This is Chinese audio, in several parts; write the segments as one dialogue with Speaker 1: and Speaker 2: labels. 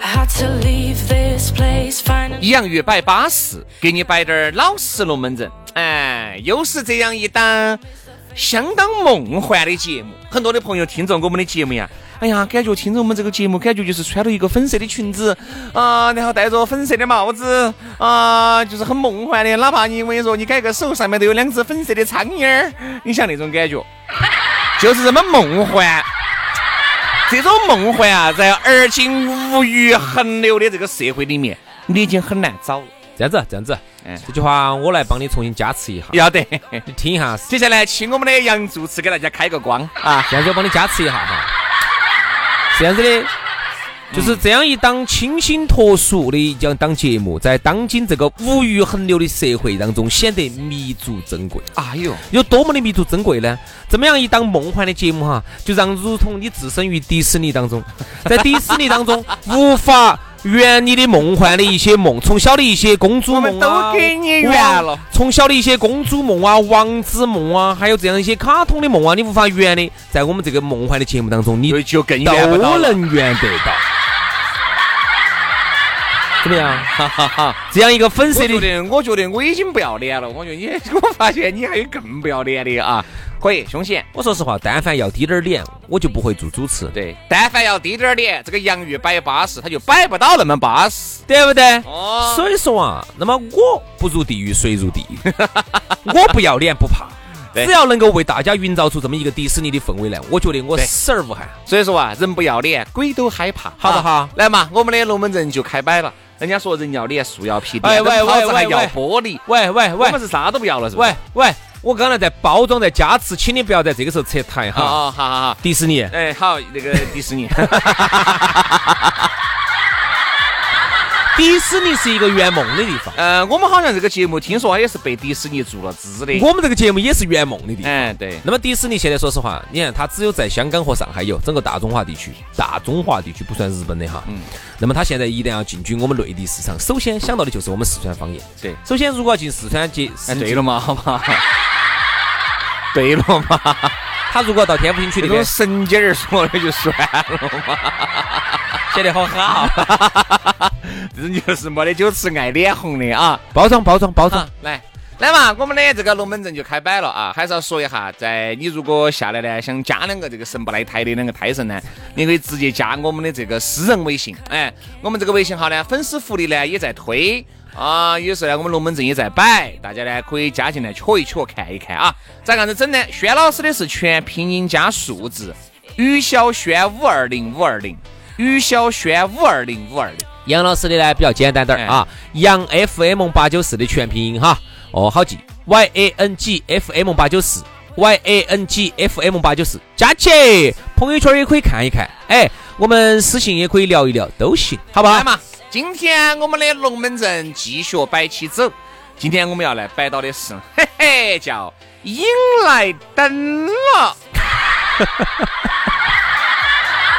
Speaker 1: I had to leave this place finally.
Speaker 2: 洋芋摆巴适，给你摆点儿老实龙门阵。哎，又是这样一档相当梦幻的节目。很多的朋友听着我们的节目呀，哎呀，感觉听着我们这个节目，哎感觉就是穿了一个粉色的裙子啊、然后戴着粉色的帽子啊、就是很梦幻的。哪怕你我跟你说，你改个手上面都有两只粉色的苍蝇儿，你像那种感觉，就是这么梦幻。这种梦幻啊，在而今物欲横流的这个社会里面，你已经很难找了。
Speaker 3: 这样子，这样子，
Speaker 2: 嗯
Speaker 3: 这句话我来帮你重新加持一下，
Speaker 2: 要得。
Speaker 3: 你哎听一下。
Speaker 2: 接下来，请我们的杨主持给大家开个光啊！
Speaker 3: 这样子我帮你加持一下哈。是这样子的，就是这样一档清新脱俗的一档档节目，在当今这个物欲横流的社会当中，显得弥足珍贵。
Speaker 2: 哎呦，
Speaker 3: 有多么的弥足珍贵呢？怎么样一档梦幻的节目哈，就让如同你置身于迪士 尼当中，在迪士尼当中无法圆你的梦幻的一些梦，从小的一些公主梦啊，
Speaker 2: 我们都给你圆了
Speaker 3: 王从小的一些公主梦啊、王子梦啊，还有这样一些卡通的梦啊，你无法圆的，在我们这个梦幻的节目当中，你
Speaker 2: 就就更
Speaker 3: 都
Speaker 2: 圆不到了。
Speaker 3: 能圆得 到。怎么样？哈哈哈！ 这样一个粉色
Speaker 2: 啊我觉
Speaker 3: 的
Speaker 2: 得，我觉得我已经不要脸了。我觉得你，我发现你还有更不要脸的啊！可以，凶险。
Speaker 3: 我说实话，但凡要低点儿脸，我就不会做主持，
Speaker 2: 对，但凡要低点儿脸，这个洋芋摆巴适，他就摆不到那么巴适。
Speaker 3: 对不对？
Speaker 2: 哦
Speaker 3: 所以说啊，那么我不入地狱，谁入地狱？ 我不要脸不怕，
Speaker 2: 对
Speaker 3: 只要能够为大家营造出这么一个迪士尼的氛围来，我觉得我
Speaker 2: 对
Speaker 3: 死而无憾。
Speaker 2: 所以说啊，人不要脸，鬼都害怕，
Speaker 3: 好不好
Speaker 2: 啊来嘛，我们的龙门阵就开摆了。人家说人要脸，树要皮，
Speaker 3: 哎
Speaker 2: 电灯
Speaker 3: 喂
Speaker 2: 泡
Speaker 3: 喂
Speaker 2: 子还
Speaker 3: 喂
Speaker 2: 要
Speaker 3: 喂
Speaker 2: 玻璃。
Speaker 3: 喂喂
Speaker 2: 我
Speaker 3: 喂
Speaker 2: 们是啥都不要了，是吧？
Speaker 3: 喂喂，我刚才在包装在加持，请你不要在这个时候撤台
Speaker 2: 好，
Speaker 3: 哈。
Speaker 2: 啊好好好好。
Speaker 3: 迪士尼，
Speaker 2: 哎，好，那个迪士 尼，
Speaker 3: 迪士尼是一个圆梦的地方，
Speaker 2: 呃，我们好像这个节目听说也是被迪士尼注了资的。
Speaker 3: 我们这个节目也是圆梦的地方。
Speaker 2: 哎，对，
Speaker 3: 那么迪士尼现在说实话，你看它只有在香港和上海有，整个大中华地区，大中华地区不算日本的哈。嗯。那么它现在一旦要进军我们内地市场，首先想到的就是我们四川方言。
Speaker 2: 对
Speaker 3: 首先，如果要进四川节，
Speaker 2: 哎，
Speaker 3: 四
Speaker 2: 对了嘛，好 吧，对了嘛，
Speaker 3: 他如果到天府新区
Speaker 2: 这
Speaker 3: 那
Speaker 2: 种
Speaker 3: 边，
Speaker 2: 神经儿说了就算了嘛，
Speaker 3: 写得好好，
Speaker 2: 这种就是没得酒吃爱脸红的啊。
Speaker 3: 包装包装包装
Speaker 2: 啊，，来。来嘛，我们的这个龙门阵就开摆了啊！还是要说一下，在你如果下来呢，想加两个这个神不来台的两个胎神呢，你可以直接加我们的这个私人微信，哎，我们这个微信号呢，粉丝福利呢也在推啊，有时候呢，我们龙门阵也在摆，大家呢可以加进来瞧一瞧，看一看啊。咋个样子整呢？轩老师的是全拼音加数字，于小轩五二零五二零，于小轩五二零五二零。
Speaker 3: 杨老师的呢比较简
Speaker 2: 哎
Speaker 3: 单点儿啊，杨 FM 八九四的全拼音哈，哦好记，Y A N G F M 八九四，Y A N G F M 八九四，加起，朋友圈也可以看一看，哎，我们私信也可以聊一聊，都行，好不好
Speaker 2: 来？嘛，今天我们的龙门阵继续摆起走。今天我们要来摆到的是，嘿嘿，叫引来灯了。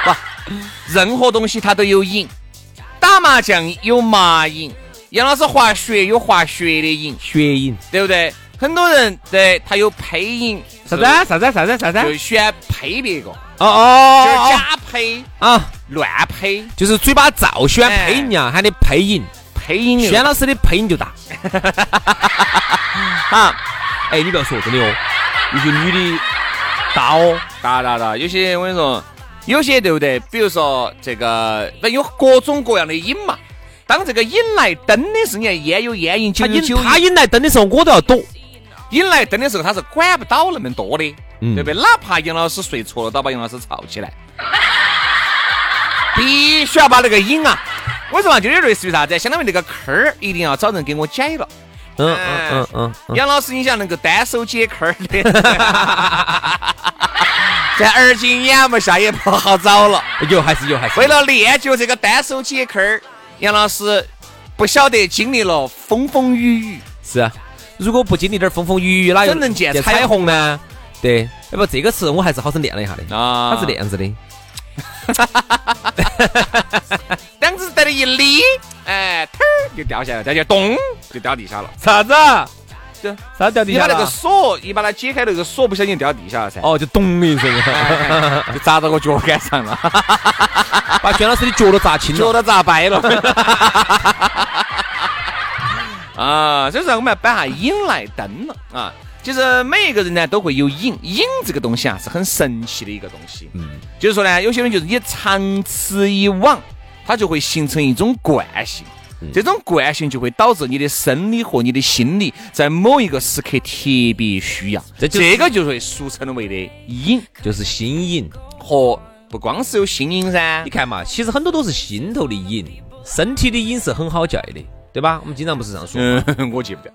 Speaker 2: 不，任何东西它都有瘾，打麻将有麻瘾，杨老师滑雪有滑雪的瘾，
Speaker 3: 学影
Speaker 2: 对不对？很多人对他有配瘾，
Speaker 3: 啥子啊啥子啊啥子啊啥子啊？
Speaker 2: 就喜欢配别个，
Speaker 3: 哦
Speaker 2: 就是
Speaker 3: 哦
Speaker 2: 假配、
Speaker 3: 哦啊，
Speaker 2: 乱配、
Speaker 3: 就是嘴巴造喜欢配音啊，喊的配音，
Speaker 2: 配瘾
Speaker 3: 轩老师的配音就 大。
Speaker 2: 啊。
Speaker 3: 哎，你不要说，真的哦，有些女的大哦，
Speaker 2: 哒哒哒，有些我跟你说，有些对不对？比如说这个，那有各种各样的瘾嘛，当这个引来灯的时候，你看烟有烟瘾，酒
Speaker 3: 他
Speaker 2: 有
Speaker 3: 引
Speaker 2: 酒瘾。
Speaker 3: 他引来灯的时候，我都要躲。
Speaker 2: 引来灯的时候，他是管不到那么多的，
Speaker 3: 嗯
Speaker 2: 对不对？哪怕杨老师睡错了，都要把杨老师吵起来， 必须要把那个瘾啊！我说嘛，就有点类似于啥子，啊相当于那个坑儿一定要找人给我解了。哎
Speaker 3: 嗯嗯嗯嗯，
Speaker 2: 杨老师，你想能够单手解坑儿的， 在二斤眼目下也不好找了。
Speaker 3: 嗯有还是有还是
Speaker 2: 为
Speaker 3: 有。
Speaker 2: 了练就这个单手解坑儿，杨老师不晓得经历了风风雨雨。
Speaker 3: 是啊，如果不经历点风风雨雨，哪有
Speaker 2: 怎能见彩
Speaker 3: 彩虹呢？对，要不这个词我还是好生练了一下的。
Speaker 2: 啊
Speaker 3: 它是这样子的，
Speaker 2: 两只在那一立，哎，腾儿就掉下来，再就咚就掉地下了。
Speaker 3: 啥子？
Speaker 2: 这
Speaker 3: 啥掉地
Speaker 2: 你
Speaker 3: 下
Speaker 2: 把那个
Speaker 3: 了？
Speaker 2: 锁，一把它解开，那个锁不小心掉地下了噻，
Speaker 3: 哦，就咚的一声，
Speaker 2: 哎 就砸到我脚杆上了，
Speaker 3: 把娟老师的脚都砸青
Speaker 2: 脚
Speaker 3: 了。
Speaker 2: 都砸掰 了。啊，所以说我们要摆下瘾来灯了啊。其实每一个人呢都会有瘾，瘾这个东西啊是很神奇的一个东西。嗯，就是说呢，有些人就是你长此以往，它就会形成一种惯性。
Speaker 3: 嗯
Speaker 2: 这种惯性就会导致你的生理和你的心理在某一个时刻特别需要，
Speaker 3: 这就是
Speaker 2: 这个就会俗称为的瘾
Speaker 3: 就是心瘾，
Speaker 2: 和不光是有心瘾噻
Speaker 3: 你，看嘛，其实很多都是心头的瘾，身体的瘾是很好戒的，对吧？我们经常不是这样说，
Speaker 2: 嗯，我记不得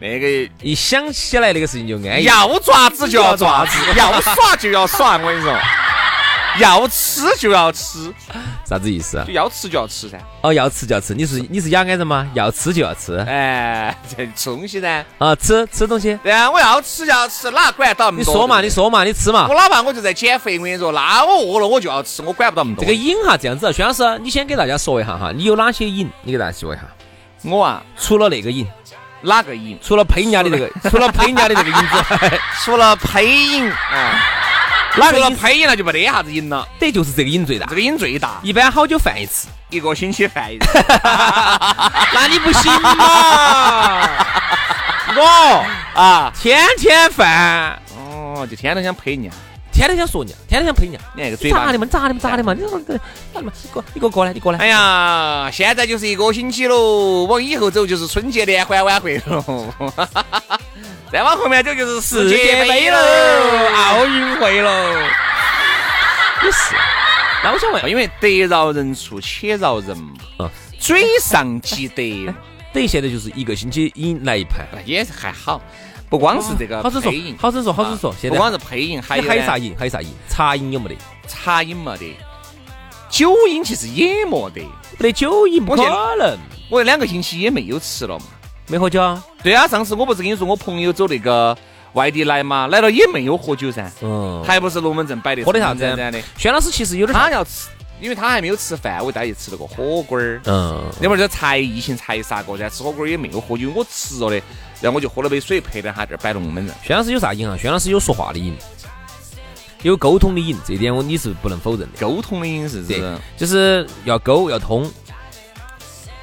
Speaker 2: 那个
Speaker 3: 一想起来那个事情就安逸。
Speaker 2: 要爪子就哎要爪子，要耍就要耍，我跟你说，要吃就要吃，
Speaker 3: 啥子意思啊
Speaker 2: 就？要吃就要吃噻。
Speaker 3: 哦，要吃就要吃，你是你是雅安人吗？要吃就要吃
Speaker 2: 哎，这吃东西噻，
Speaker 3: 啊，吃吃东西。
Speaker 2: 对啊，我要吃就要吃，哪管得到那
Speaker 3: 你
Speaker 2: 么多？
Speaker 3: 说嘛，
Speaker 2: 对
Speaker 3: 你
Speaker 2: 不对
Speaker 3: 说嘛，你吃嘛
Speaker 2: 我。哪怕我就在减肥，我跟你说，那我饿了我就要吃，我管不到那么多。
Speaker 3: 这个瘾哈，这样子，啊轩老师，你先给大家说一下哈，你有哪些瘾？你给大家说一下。
Speaker 2: 我啊，
Speaker 3: 除了那个瘾，
Speaker 2: 哪个瘾？
Speaker 3: 除了呸人家的这个， 除了呸人家的这个瘾之外，
Speaker 2: 除了胚瘾，哎，
Speaker 3: 哪
Speaker 2: 除
Speaker 3: 个
Speaker 2: 了
Speaker 3: 瘾？
Speaker 2: 胚瘾那就没得啥子瘾了。
Speaker 3: 对，就是这个瘾最大
Speaker 2: 这。个瘾最大，
Speaker 3: 一般好久犯一次，
Speaker 2: 一个星期犯一次。
Speaker 3: 那你不行嘛？ 我
Speaker 2: 啊，
Speaker 3: 天天犯，
Speaker 2: 哦，就天天想呸人家，
Speaker 3: 天天想说人家，天天想呸人家。
Speaker 2: 你看那个
Speaker 3: 你
Speaker 2: 嘴巴
Speaker 3: 咋的。嘛？你咋的嘛？咋的嘛？你咋的？咋的嘛？你给我你给我过来，你过来。
Speaker 2: 哎呀，现在就是一个星期喽，往以后走就是春节联欢晚会喽，再往后面走就是世
Speaker 3: 世
Speaker 2: 界
Speaker 3: 界
Speaker 2: 杯
Speaker 3: 杯
Speaker 2: 喽
Speaker 3: 喽，
Speaker 2: 奥运会喽。
Speaker 3: 也是。那我想问，
Speaker 2: 因为得饶人处且饶人嘛，
Speaker 3: 啊，
Speaker 2: 嘴上积德，
Speaker 3: 等于现在就是一个星期引来一盘。
Speaker 2: 那也还好。不光是这个
Speaker 3: 好生说
Speaker 2: 配音，，
Speaker 3: 好生说，好生说
Speaker 2: 啊。
Speaker 3: 现
Speaker 2: 不
Speaker 3: 在
Speaker 2: 光是配音，还
Speaker 3: 你
Speaker 2: 有
Speaker 3: 还有
Speaker 2: 呢
Speaker 3: 啥瘾？还有啥瘾？茶瘾有没得？
Speaker 2: 茶瘾没得，酒瘾其实也没得。
Speaker 3: 没得酒瘾不
Speaker 2: 我
Speaker 3: 可
Speaker 2: 现在
Speaker 3: 能，
Speaker 2: 我两个星期也没有吃了嘛。
Speaker 3: 没喝酒啊。
Speaker 2: 对啊，上次我不是跟你说我朋友走那个外地来嘛，来了也没有喝酒噻，
Speaker 3: 嗯，
Speaker 2: 还不是龙门阵摆的
Speaker 3: 喝的啥子
Speaker 2: 沉沉沉的。？啊
Speaker 3: 轩老师其实有点
Speaker 2: 他
Speaker 3: 像，
Speaker 2: 要吃，因为他还没有吃饭，我带他去吃了个火锅儿。
Speaker 3: 嗯，
Speaker 2: 那会儿这才疫情才杀过噻，吃火锅儿也没有喝酒，我吃了的，然后我就喝了杯水，陪着他这儿摆龙门阵。
Speaker 3: 轩老师有啥瘾啊？轩老师有说话的瘾，有沟通的瘾，这点我你是不能否认的。
Speaker 2: 沟通的瘾是不
Speaker 3: 对
Speaker 2: 是？，
Speaker 3: 就是要沟要通，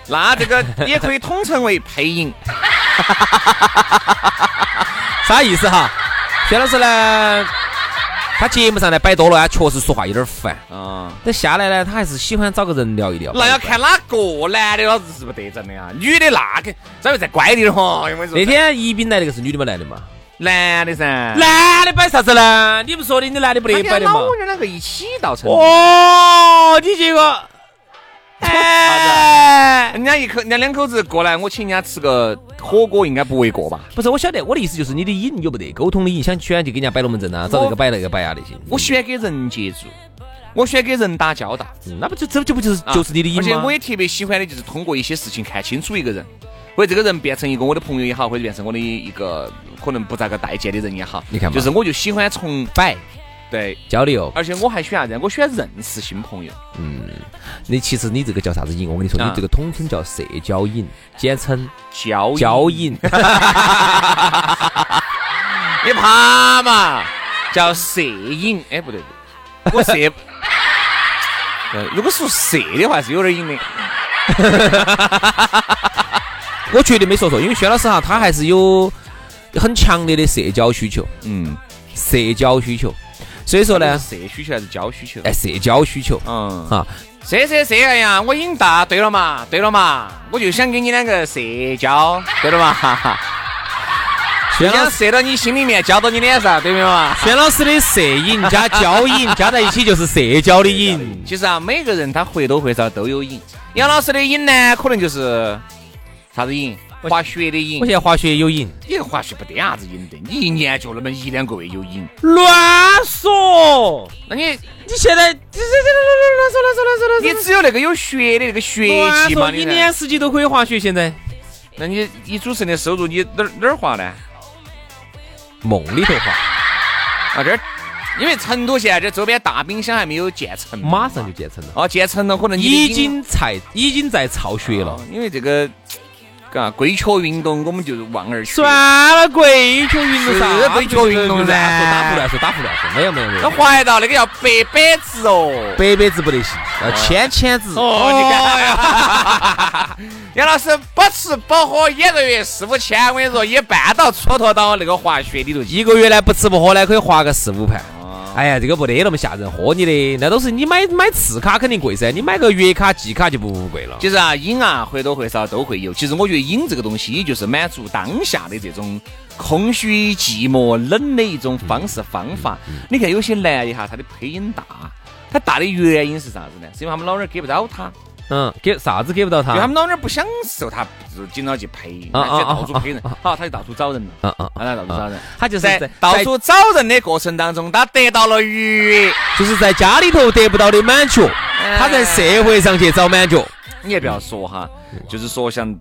Speaker 2: 那这个也可以统称为配 音。
Speaker 3: 啥意思哈？轩老师呢，他节目上呢摆多了，他啊确实说话有点烦。
Speaker 2: 啊。
Speaker 3: 但下来呢，他还是喜欢找个人聊一聊。
Speaker 2: 那要看哪个男的老子是不得整的啊，女的那个稍微再乖点儿哈，因为
Speaker 3: 那
Speaker 2: 是
Speaker 3: 天宜宾来那个是女的嘛，男的嘛？
Speaker 2: 男的噻，
Speaker 3: 男的摆啥子呢？你不说的，你男的不
Speaker 2: 哎他跟
Speaker 3: 得
Speaker 2: 他
Speaker 3: 摆的嘛
Speaker 2: 老？娘两个一起到成都
Speaker 3: 哦，你 这个，哎，
Speaker 2: 人家一口，人家两口子过来，我请人家吃个火锅，应该不为过吧？
Speaker 3: 不是，我晓得，我的意思就是你的瘾有没得沟通的瘾，想喜欢就给人家摆龙门阵啊，找这个摆那个摆啊那些。
Speaker 2: 我喜欢跟人接触，我喜欢跟人打交道，
Speaker 3: 嗯那不就这不就不就是
Speaker 2: 啊
Speaker 3: 就是你的瘾
Speaker 2: 而且
Speaker 3: 吗
Speaker 2: 我？也特别喜欢的就是通过一些事情看清楚一个人，或者这个人变成一个我的朋友也好，或者变成我的一个可能不咋个待见的人也好，
Speaker 3: 你看嘛
Speaker 2: 就是我就喜欢从摆，对，
Speaker 3: 交流，
Speaker 2: 而且我还喜欢啥子？我喜欢认识新朋友。
Speaker 3: 你其实你这个叫啥子瘾？我跟你说，
Speaker 2: 啊
Speaker 3: 你这个统称叫社交瘾，简称
Speaker 2: 交
Speaker 3: 交，瘾。
Speaker 2: 你怕嘛？叫摄影，哎，不对，我 摄，呃如果说摄的话是有点瘾的。
Speaker 3: 我绝对没说错，因为轩老师哈，他还是有很强烈的社交需求，
Speaker 2: 嗯，
Speaker 3: 社交需求，所以说呢，
Speaker 2: 社需求还是交需求？
Speaker 3: 哎，社交需求
Speaker 2: 嗯，
Speaker 3: 哈，
Speaker 2: 这这这哎呀，我瘾大，对了嘛，对了嘛，我就想跟你两个社交，对了嘛，哈 哈，
Speaker 3: 轩老
Speaker 2: 想
Speaker 3: 师，
Speaker 2: 射到你心里面，浇到你脸上，对没有嘛？
Speaker 3: 轩老师的摄影加交影 加在一起就是社交的影。
Speaker 2: 其实啊，每个人他或多或少都有瘾。杨老师的瘾呢，可能就是啥子瘾？滑雪的瘾
Speaker 3: 我。现在滑雪有影，
Speaker 2: 你滑雪不得啥子瘾的，你一年就那么一两个月有瘾。
Speaker 3: 乱说！
Speaker 2: 那你
Speaker 3: 你现在这这这乱说乱说乱说乱
Speaker 2: 你只有那个有雪的那个雪
Speaker 3: 乱
Speaker 2: 季嘛？
Speaker 3: 说！
Speaker 2: 你
Speaker 3: 一
Speaker 2: 才
Speaker 3: 年四季都可以滑雪，现在
Speaker 2: 那你你主持人的收入你哪儿哪儿花呢？
Speaker 3: 梦里头滑，
Speaker 2: 啊，这儿，因为成都现在这周边大冰箱还没有建成，
Speaker 3: 马上就建成了，
Speaker 2: 哦，建成了，可能你的
Speaker 3: 已
Speaker 2: 瘾
Speaker 3: 经在已经在操雪了
Speaker 2: 哦。因为这个，嘎，规球运动我们就是望而却步。
Speaker 3: 算了，跪求运动
Speaker 2: 是
Speaker 3: 啥？
Speaker 2: 跪求运动噻
Speaker 3: 打胡乱说，打胡乱说，没有没有没
Speaker 2: 那
Speaker 3: 有，
Speaker 2: 滑一道那个要白板子哦。
Speaker 3: 白板子不得行，要签签字。
Speaker 2: 哦，你看呀，杨老师不吃不喝一个月四五千，我跟你说，一半到蹉跎到那个滑雪里头去。
Speaker 3: 一个月呢不吃不喝呢可以划个四五盘。哎呀，这个不得那么吓人，喝你的那都是你买买次卡肯定贵噻，你买个月卡、季卡就不不贵了。
Speaker 2: 其实啊，瘾啊，或多或少都会有。其实我觉得瘾这个东西，也就是满足当下的这种空虚、寂寞、冷的一种方式方法。你看有些男的哈，他的胚瘾大，他大的原因是啥子呢？是因为他们老娘儿给不到他，
Speaker 3: 嗯，给啥子给不到
Speaker 2: 因为他
Speaker 3: 他？
Speaker 2: 们老娘儿不享受他，就经常去胚，他
Speaker 3: 啊啊
Speaker 2: 就
Speaker 3: 啊
Speaker 2: 到处胚人，好，他就到处找人了，啊
Speaker 3: 嗯嗯
Speaker 2: 他到处找人。
Speaker 3: 他就是
Speaker 2: 在
Speaker 3: 在
Speaker 2: 到
Speaker 3: 在
Speaker 2: 处找人的过程当中，他得到了愉 悦。
Speaker 3: 就是在家里头得不到的满足，
Speaker 2: 哎
Speaker 3: 他在社会上去找满足。
Speaker 2: 你也不要说哈，就是说像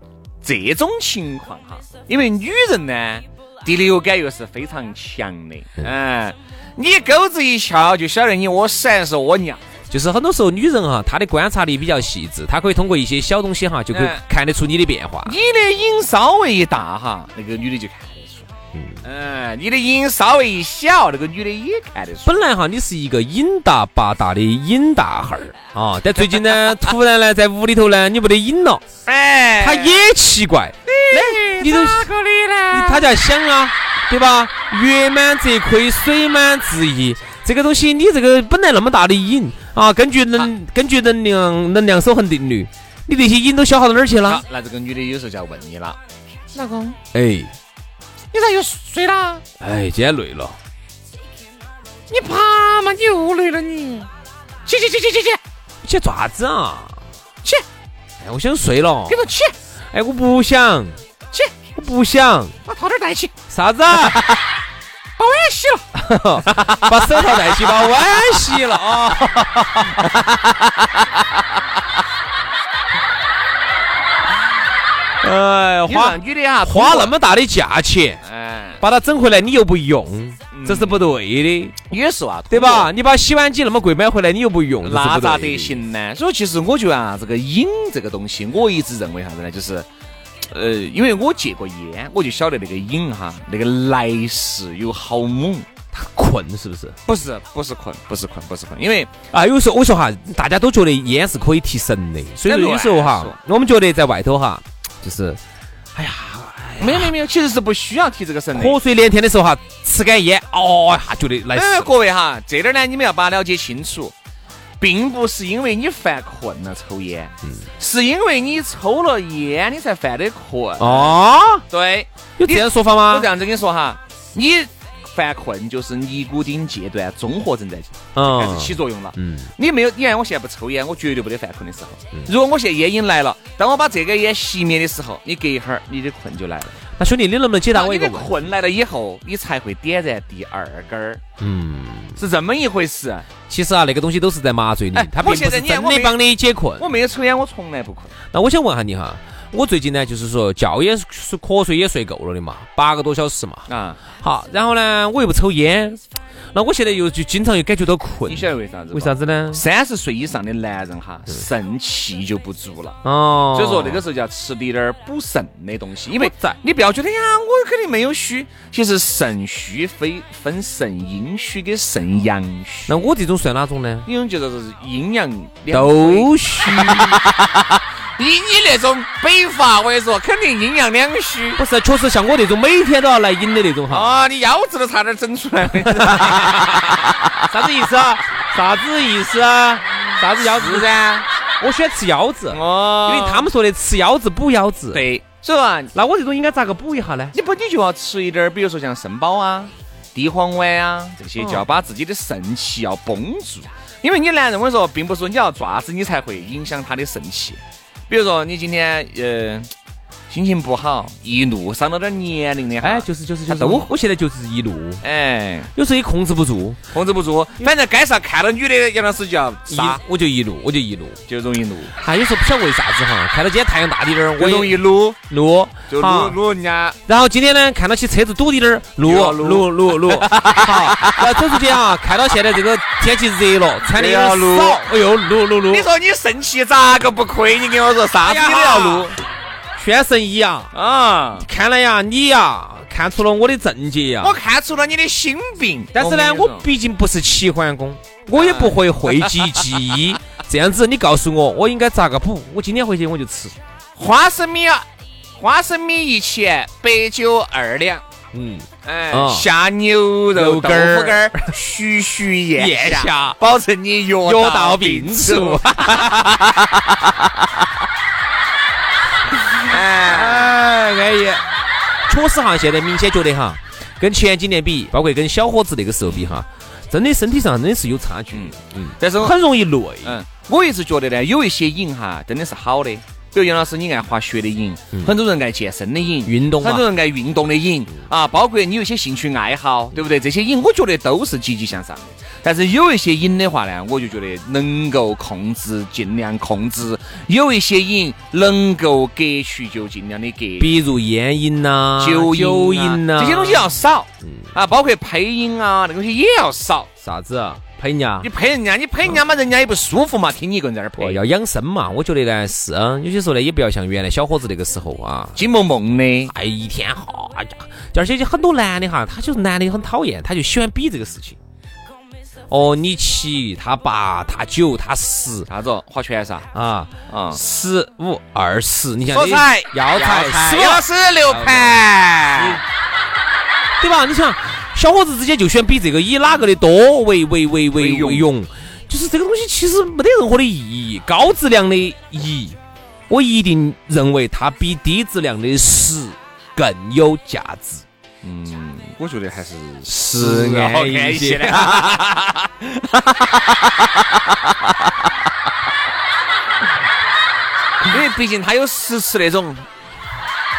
Speaker 2: 这种情况哈，因为女人呢，第六感又是非常强的，嗯，你钩子一翘就晓得你屙屎还是屙尿，
Speaker 3: 就是很多时候女人哈，她的观察力比较细致，她可以通过一些小东西哈，就可以
Speaker 2: 嗯
Speaker 3: 看得出你的变化。
Speaker 2: 你的瘾稍微一大哈，那个女的就看得出来，嗯，你的瘾稍微一小，那个女的也看得出来。
Speaker 3: 本来哈，你是一个瘾大八大的瘾大汉儿啊，但最近呢，突然呢，在屋里头呢，你没得瘾了，
Speaker 2: 哎，
Speaker 3: 他也奇怪，
Speaker 2: 哎，
Speaker 3: 你都
Speaker 2: 咋个的呢？
Speaker 3: 他就要想啊，对吧？月满则亏，水满则溢。这个东西，你这个本来那么大的瘾啊，根据能根据能量能量守恒定律，你那些瘾都消耗到哪儿去
Speaker 2: 好
Speaker 3: 了？，
Speaker 2: 那这个女的有时候就要问你了，老公，
Speaker 3: 哎
Speaker 2: 你咋又睡了？
Speaker 3: 哎，今天累了，
Speaker 2: 你爬嘛，你又累了你。起起起起起起！
Speaker 3: 你想爪子啊？
Speaker 2: 起，
Speaker 3: 哎，我想睡了
Speaker 2: 给。我起！
Speaker 3: 哎，我不想，
Speaker 2: 起，
Speaker 3: 我不想，
Speaker 2: 把套点带起，
Speaker 3: 啥子？
Speaker 2: 把碗洗了。
Speaker 3: 把手套戴起，把碗洗了啊！哎，花
Speaker 2: 女的啊，
Speaker 3: 花那么大的价钱，
Speaker 2: 哎，
Speaker 3: 把它整回来你又不用，
Speaker 2: 嗯
Speaker 3: 这是不对的，
Speaker 2: 也是啊，
Speaker 3: 对吧？？你把洗碗机那么贵买回来，你又不用，这是
Speaker 2: 那
Speaker 3: 不
Speaker 2: 咋
Speaker 3: 对
Speaker 2: 得
Speaker 3: 的？
Speaker 2: 行呢？所以其实我觉得啊，这个瘾这个东西，我一直认为啥子呢？就是，呃，因为我戒过烟，我就晓得那个瘾哈，那个来势有好猛。
Speaker 3: 困是不是？
Speaker 2: 不是，不是困，不是困，不是困，因为
Speaker 3: 啊，有时候我说哈，大家都觉得烟是可以提神的，所以说有时候哈
Speaker 2: 乱，
Speaker 3: 我们觉得在外头哈，就是
Speaker 2: 没有没有没有，其实是不需要提这个神的。
Speaker 3: 火水连天的时候哈，吃根烟，哦一下觉得来
Speaker 2: 哎，
Speaker 3: 事。
Speaker 2: 各位哈，这点儿呢，你们要把它了解清楚，并不是因为你犯困了抽烟，
Speaker 3: 嗯
Speaker 2: 是因为你抽了烟你才犯的困。
Speaker 3: 哦，啊
Speaker 2: 对，
Speaker 3: 有这样说法
Speaker 2: 我
Speaker 3: 吗
Speaker 2: 这？样子跟你说哈，你犯困就是尼古丁戒断综合症在开始
Speaker 3: 嗯
Speaker 2: 起作用了。
Speaker 3: 嗯，
Speaker 2: 你没有，你看我现在不抽烟，我绝对不得犯困的时候。如果我现在烟瘾来了，当我把这个烟熄灭的时候，你隔一会儿你的困就来了。
Speaker 3: 那兄弟，你能不能解答
Speaker 2: 当
Speaker 3: 我
Speaker 2: 啊你
Speaker 3: 一个
Speaker 2: 的
Speaker 3: 问题？
Speaker 2: 困来了以后，你才会点燃第二根儿，
Speaker 3: 嗯，
Speaker 2: 是这么一回事。
Speaker 3: 其实啊，那个东西都是在麻醉你
Speaker 2: 哎，
Speaker 3: 它并不
Speaker 2: 我现
Speaker 3: 是
Speaker 2: 在
Speaker 3: 真
Speaker 2: 你看我没
Speaker 3: 的帮你解困。
Speaker 2: 我没有抽烟，我从来不困。
Speaker 3: 那我想问下你哈，我最近呢，就是说觉也是瞌睡也睡够了的嘛，八个多小时嘛。
Speaker 2: 啊，
Speaker 3: 好，然后呢，我又不抽烟，那我现在又就经常又感觉到困
Speaker 2: 你，晓得为啥子？
Speaker 3: 为啥？子呢？
Speaker 2: 三十岁以上的男人哈，肾气就不足了。
Speaker 3: 哦，
Speaker 2: 所以说那个时候就要吃滴点儿补肾的东西，因为
Speaker 3: 我在
Speaker 2: 你不要觉得呀，我肯定没有虚，其实肾虚非分肾阴虚跟肾阳虚
Speaker 3: 那，我这种算哪种呢？
Speaker 2: 你种觉得是阴阳两亏
Speaker 3: 都虚，
Speaker 2: 你你那种北伐，我跟你说，肯定阴阳两虚。
Speaker 3: 不是，确实像我这种每天都要来瘾的那种哈，
Speaker 2: 啊，你腰子都差点整出来了，
Speaker 3: 啥子意思啊？啥子意思啊？啥子腰子
Speaker 2: 是噻？
Speaker 3: 我喜欢吃腰子，因
Speaker 2: 哦
Speaker 3: 为他们说的吃腰子补腰子。，
Speaker 2: 对，所以说啊，
Speaker 3: 那我这种应该咋个补一下呢？
Speaker 2: 你不你就要吃一点儿，比如说像肾宝啊、地黄丸啊这些，
Speaker 3: 嗯
Speaker 2: 就要把自己的肾气要绷住。因为你男人，我跟你说，并不是说你要爪子你才会影响他的肾气。比如说你今天呃心情不好，一怒上了点年龄的哈，
Speaker 3: 哎，就是就是就是，
Speaker 2: 他都
Speaker 3: 我我现在就是一路，
Speaker 2: 哎
Speaker 3: 有时候也控制不住，
Speaker 2: 控制不住，反正街上看到女的，杨老师就要
Speaker 3: 一
Speaker 2: 杀，
Speaker 3: 我就一路，我就一路。
Speaker 2: 就容易怒，
Speaker 3: 啊，有时候不晓得为啥子哈，看到今天太阳大滴点儿，
Speaker 2: 就
Speaker 3: 我
Speaker 2: 容易
Speaker 3: 也
Speaker 2: 撸，
Speaker 3: 录，
Speaker 2: 就撸
Speaker 3: 啊。
Speaker 2: 撸人家。
Speaker 3: 然后今天呢，看到起车子堵滴点儿，录
Speaker 2: 又要
Speaker 3: 录
Speaker 2: 撸
Speaker 3: 录录。好，然后走出去啊，看到现在这个天气热了，穿的
Speaker 2: 又
Speaker 3: 有
Speaker 2: 要
Speaker 3: 点
Speaker 2: 撸
Speaker 3: 少，哎呦，录录录
Speaker 2: 你。说你肾气咋个不亏？你跟我说啥子你都要
Speaker 3: 哎
Speaker 2: 撸
Speaker 3: 宣神医啊，
Speaker 2: 啊！
Speaker 3: 看来呀，你呀，看出了我的症结呀
Speaker 2: 我。看出了你的心病，
Speaker 3: 但是呢，
Speaker 2: 我跟你
Speaker 3: 我
Speaker 2: 说
Speaker 3: 毕竟不是齐桓公，我也不会讳疾忌 医。这样子，你告诉我，我应该咋个补？我今天回去我就吃。
Speaker 2: 花生米啊，花生米一钱，白酒二两，
Speaker 3: 嗯，
Speaker 2: 哎
Speaker 3: 啊，
Speaker 2: 下牛肉、
Speaker 3: 肉
Speaker 2: 豆
Speaker 3: 干儿
Speaker 2: 腐干 儿，徐徐
Speaker 3: 咽
Speaker 2: 咽
Speaker 3: 下
Speaker 2: 下，保证你药
Speaker 3: 药到
Speaker 2: 到
Speaker 3: 病
Speaker 2: 病
Speaker 3: 除
Speaker 2: 除。哎，
Speaker 3: 哎，安逸。确实哈，现在明显觉得哈，跟前几年比，包括跟小伙子那个时候比哈，真的身体上真的是有差距
Speaker 2: 嗯，
Speaker 3: 嗯，
Speaker 2: 但是我
Speaker 3: 很容易累。
Speaker 2: 嗯，我一直觉得呢，有一些瘾哈，真的是好的。比如杨老师，你爱滑雪的瘾，很多人爱健身的瘾，
Speaker 3: 嗯运动嘛啊嗯
Speaker 2: 很多人爱运动的瘾啊，包括你有一些兴趣爱好，对不对？这些瘾我觉得都是积极向上的。但是有一些瘾的话呢，我就觉得能够控制尽量控制，有一些瘾能够隔去就尽量的隔去。
Speaker 3: 比如烟瘾呐、
Speaker 2: 酒
Speaker 3: 酒
Speaker 2: 瘾啊
Speaker 3: 呐、
Speaker 2: 这些东西要啊少
Speaker 3: 嗯
Speaker 2: 啊，包括配音啊，那东西也要少。
Speaker 3: 啥子啊？陪人家
Speaker 2: 你。配人家，你配人家嘛，人家也不舒服嘛，听你一个人在那儿
Speaker 3: 哦
Speaker 2: 配。
Speaker 3: 要养生嘛，我觉得呢是，嗯有些时候呢也不要像原来小伙子那个时候啊，
Speaker 2: 金梦梦的，
Speaker 3: 哎一天哈，哎呀，而且就很多男的哈，他就是男的很讨厌，他就喜欢比这个事情。哦，你七，他八，他九，他十
Speaker 2: 啥子哦？划拳噻？
Speaker 3: 啊，
Speaker 2: 啊，
Speaker 3: 十五二十，你想
Speaker 2: 说
Speaker 3: 你
Speaker 2: 菜
Speaker 3: 要菜十
Speaker 2: 杨老
Speaker 3: 五，
Speaker 2: 师六盘，
Speaker 3: 对吧？你想小伙子之间就喜欢比这个以哪个的多为为为为
Speaker 2: 为
Speaker 3: 为荣，就是这个东西其实没得任何的意义，高质量的意义，我一定认为它比低质量的十更有价值。
Speaker 2: 嗯，我觉得还是
Speaker 3: 是安逸些。
Speaker 2: 啊 因为毕竟他有十次那种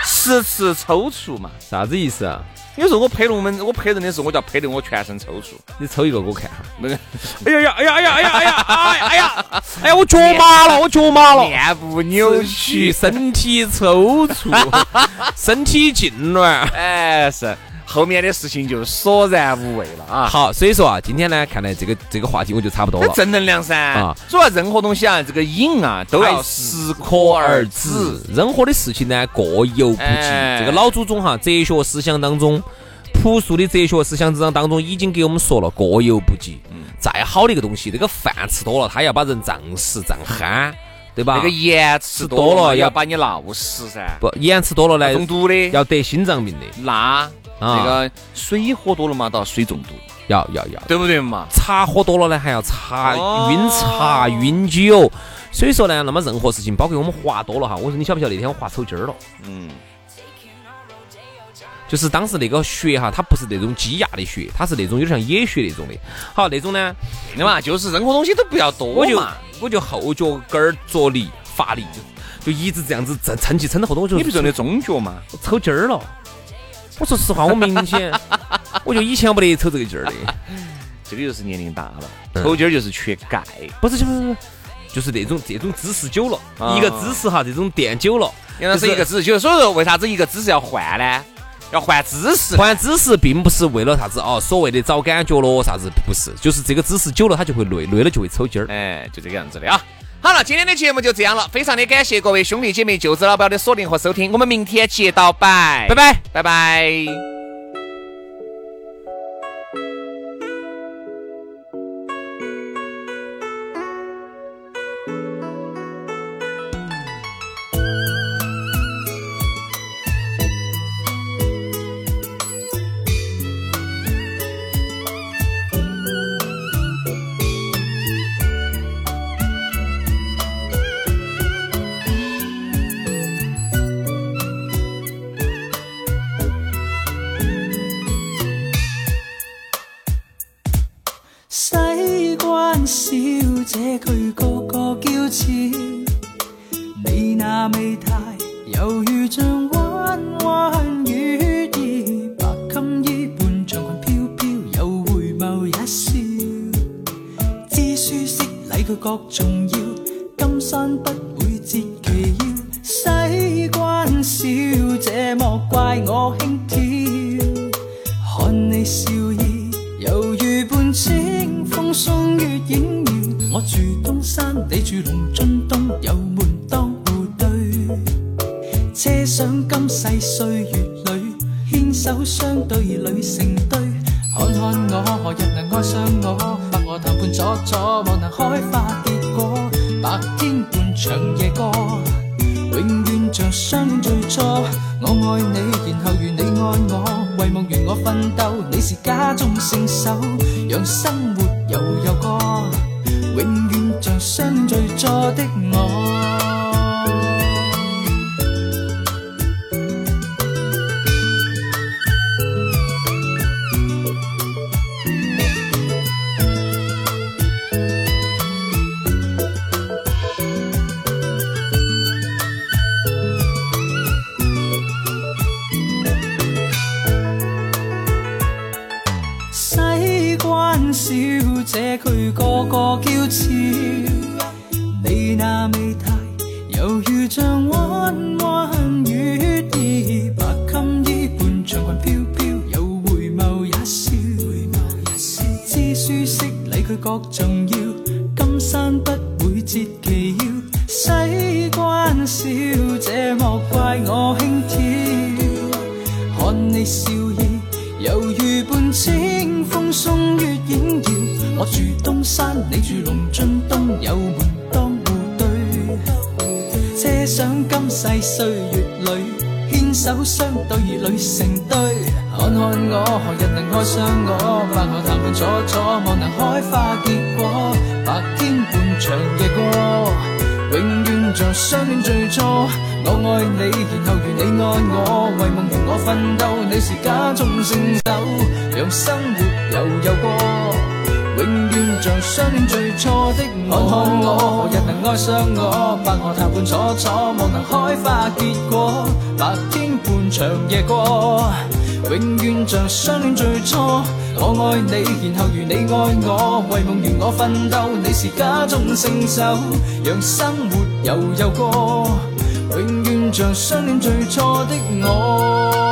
Speaker 2: 十次抽搐嘛。
Speaker 3: 啥子意思啊？
Speaker 2: 有时候我拍龙门，我拍人的时候，我就要拍得我全身抽搐。
Speaker 3: 你抽一个给我看哈。
Speaker 2: 那个
Speaker 3: 哎呀呀！哎呀哎呀哎呀哎呀！哎呀哎呀！哎呀，我脚麻了，我脚麻了。
Speaker 2: 面部扭 曲，
Speaker 3: 身体抽搐， 身体痉 挛。
Speaker 2: 哎，是后面的事情就索然无味了啊。
Speaker 3: 好，所以说啊，今天呢，看来这个这个话题我就差不多
Speaker 2: 这
Speaker 3: 了。
Speaker 2: 正能量噻
Speaker 3: 啊，
Speaker 2: 所以啊任何东西啊，这个瘾啊，都要
Speaker 3: 还
Speaker 2: 适
Speaker 3: 可
Speaker 2: 可
Speaker 3: 而
Speaker 2: 而
Speaker 3: 止
Speaker 2: 止。，
Speaker 3: 任何的事情呢，过犹不及。
Speaker 2: 哎
Speaker 3: 这个老祖宗哈，哲学思想当中，朴素的哲学思想之当当中，已经给我们说了，过犹不及。
Speaker 2: 嗯
Speaker 3: 再好的一个东西，这个饭吃多了，它要把人胀死、胀憨，对吧？
Speaker 2: 那个盐吃
Speaker 3: 啊多
Speaker 2: 多
Speaker 3: 了
Speaker 2: 了
Speaker 3: 要
Speaker 2: 要把你闹死噻，
Speaker 3: 不盐吃多了呢，
Speaker 2: 中毒的。
Speaker 3: 要得心脏病的，
Speaker 2: 辣，
Speaker 3: 啊
Speaker 2: 那个水喝多了嘛，都要水中毒，
Speaker 3: 要要要。
Speaker 2: 对不对嘛？
Speaker 3: 茶喝多了呢，还要茶
Speaker 2: 哦
Speaker 3: 晕茶晕酒，所以说呢，那么任何事情，包括我们滑多了哈，我说你晓不晓得那天我滑抽筋儿了？
Speaker 2: 嗯，
Speaker 3: 就是当时那个血哈，它不是那种积压的血，它是那种有点像野血那种的。好，那种呢，
Speaker 2: 那嘛，就是任何东西都不要多
Speaker 3: 我就
Speaker 2: 嘛。
Speaker 3: 我就后脚跟儿着力发力，就就一直这样子撑撑起撑到后头，我就
Speaker 2: 你不是用的中脚嘛？
Speaker 3: 抽筋儿了。我说实话，我明显， 我就以前没得抽这个筋儿的，
Speaker 2: 这个就是年龄大了，
Speaker 3: 嗯
Speaker 2: 抽筋儿就是缺钙。
Speaker 3: 不是不是不是，就是那种这种姿势久了，
Speaker 2: 啊
Speaker 3: 一个姿势哈，这种垫久了。
Speaker 2: 杨老师
Speaker 3: 就是
Speaker 2: 一个姿势，就是所以说为啥子一个姿势要换呢？要换姿势。
Speaker 3: 换姿势并不是为了啥子哦，所谓的找感觉咯，啥子不是，就是这个姿势久了它就会累，累了就会抽筋儿。
Speaker 2: 哎，就这个样子的啊。好了，今天的节目就这样了，非常的感谢各位兄弟姐妹、舅子老表的锁定和收听，我们明天接到拜，
Speaker 3: 拜拜。
Speaker 2: 拜拜。
Speaker 4: Thank 那媚态，猶如像彎彎雨兒，白襟衣伴像裙飄飄，有回眸一笑。知書識禮佢覺重要，金山不會折其腰。西關小姐莫怪我輕佻，看你笑意，猶如半清風送月影搖。我住東山，你住龍津東，有門當户對。奢想今世歲月里，牽手相對侶成堆。看看我，日能愛上我，白我談判阻阻，望能開花結果。白天伴長夜歌，永遠像相戀最初。我愛你，然後如你愛我，為夢圓我奮鬥，你是家中聖手，讓生活悠悠歌，永遠像相戀最初的我。西關小姐佢個個嬌俏，你那媚態猶如像彎彎月兒，白襟衣伴長裙飄飄，有回眸一笑。知書識禮佢覺重要，金山不會折其腰。西關小姐莫怪我輕佻。看你笑意，猶如半清風送月影搖。我住東山，你住龍津東，有門當户對。奢想今世歲月裏，牽手相對侶成堆。看看我，日能愛上我，白我談判阻阻，望能開花結果。白天伴長夜歌。永遠像相戀最初。我愛你，然後如你愛我，為夢圓我奮鬥，你是家中聖手，讓生活悠悠過。永遠像相戀最初的我，看看我，何日能愛上我？白我談判楚楚，望能開花結果。白天伴長夜歌。永遠像相戀最初。我愛你，然後如你愛我，為夢圓我奮鬥，你是家中聖手，讓生活悠悠過。永遠像相戀最初的我。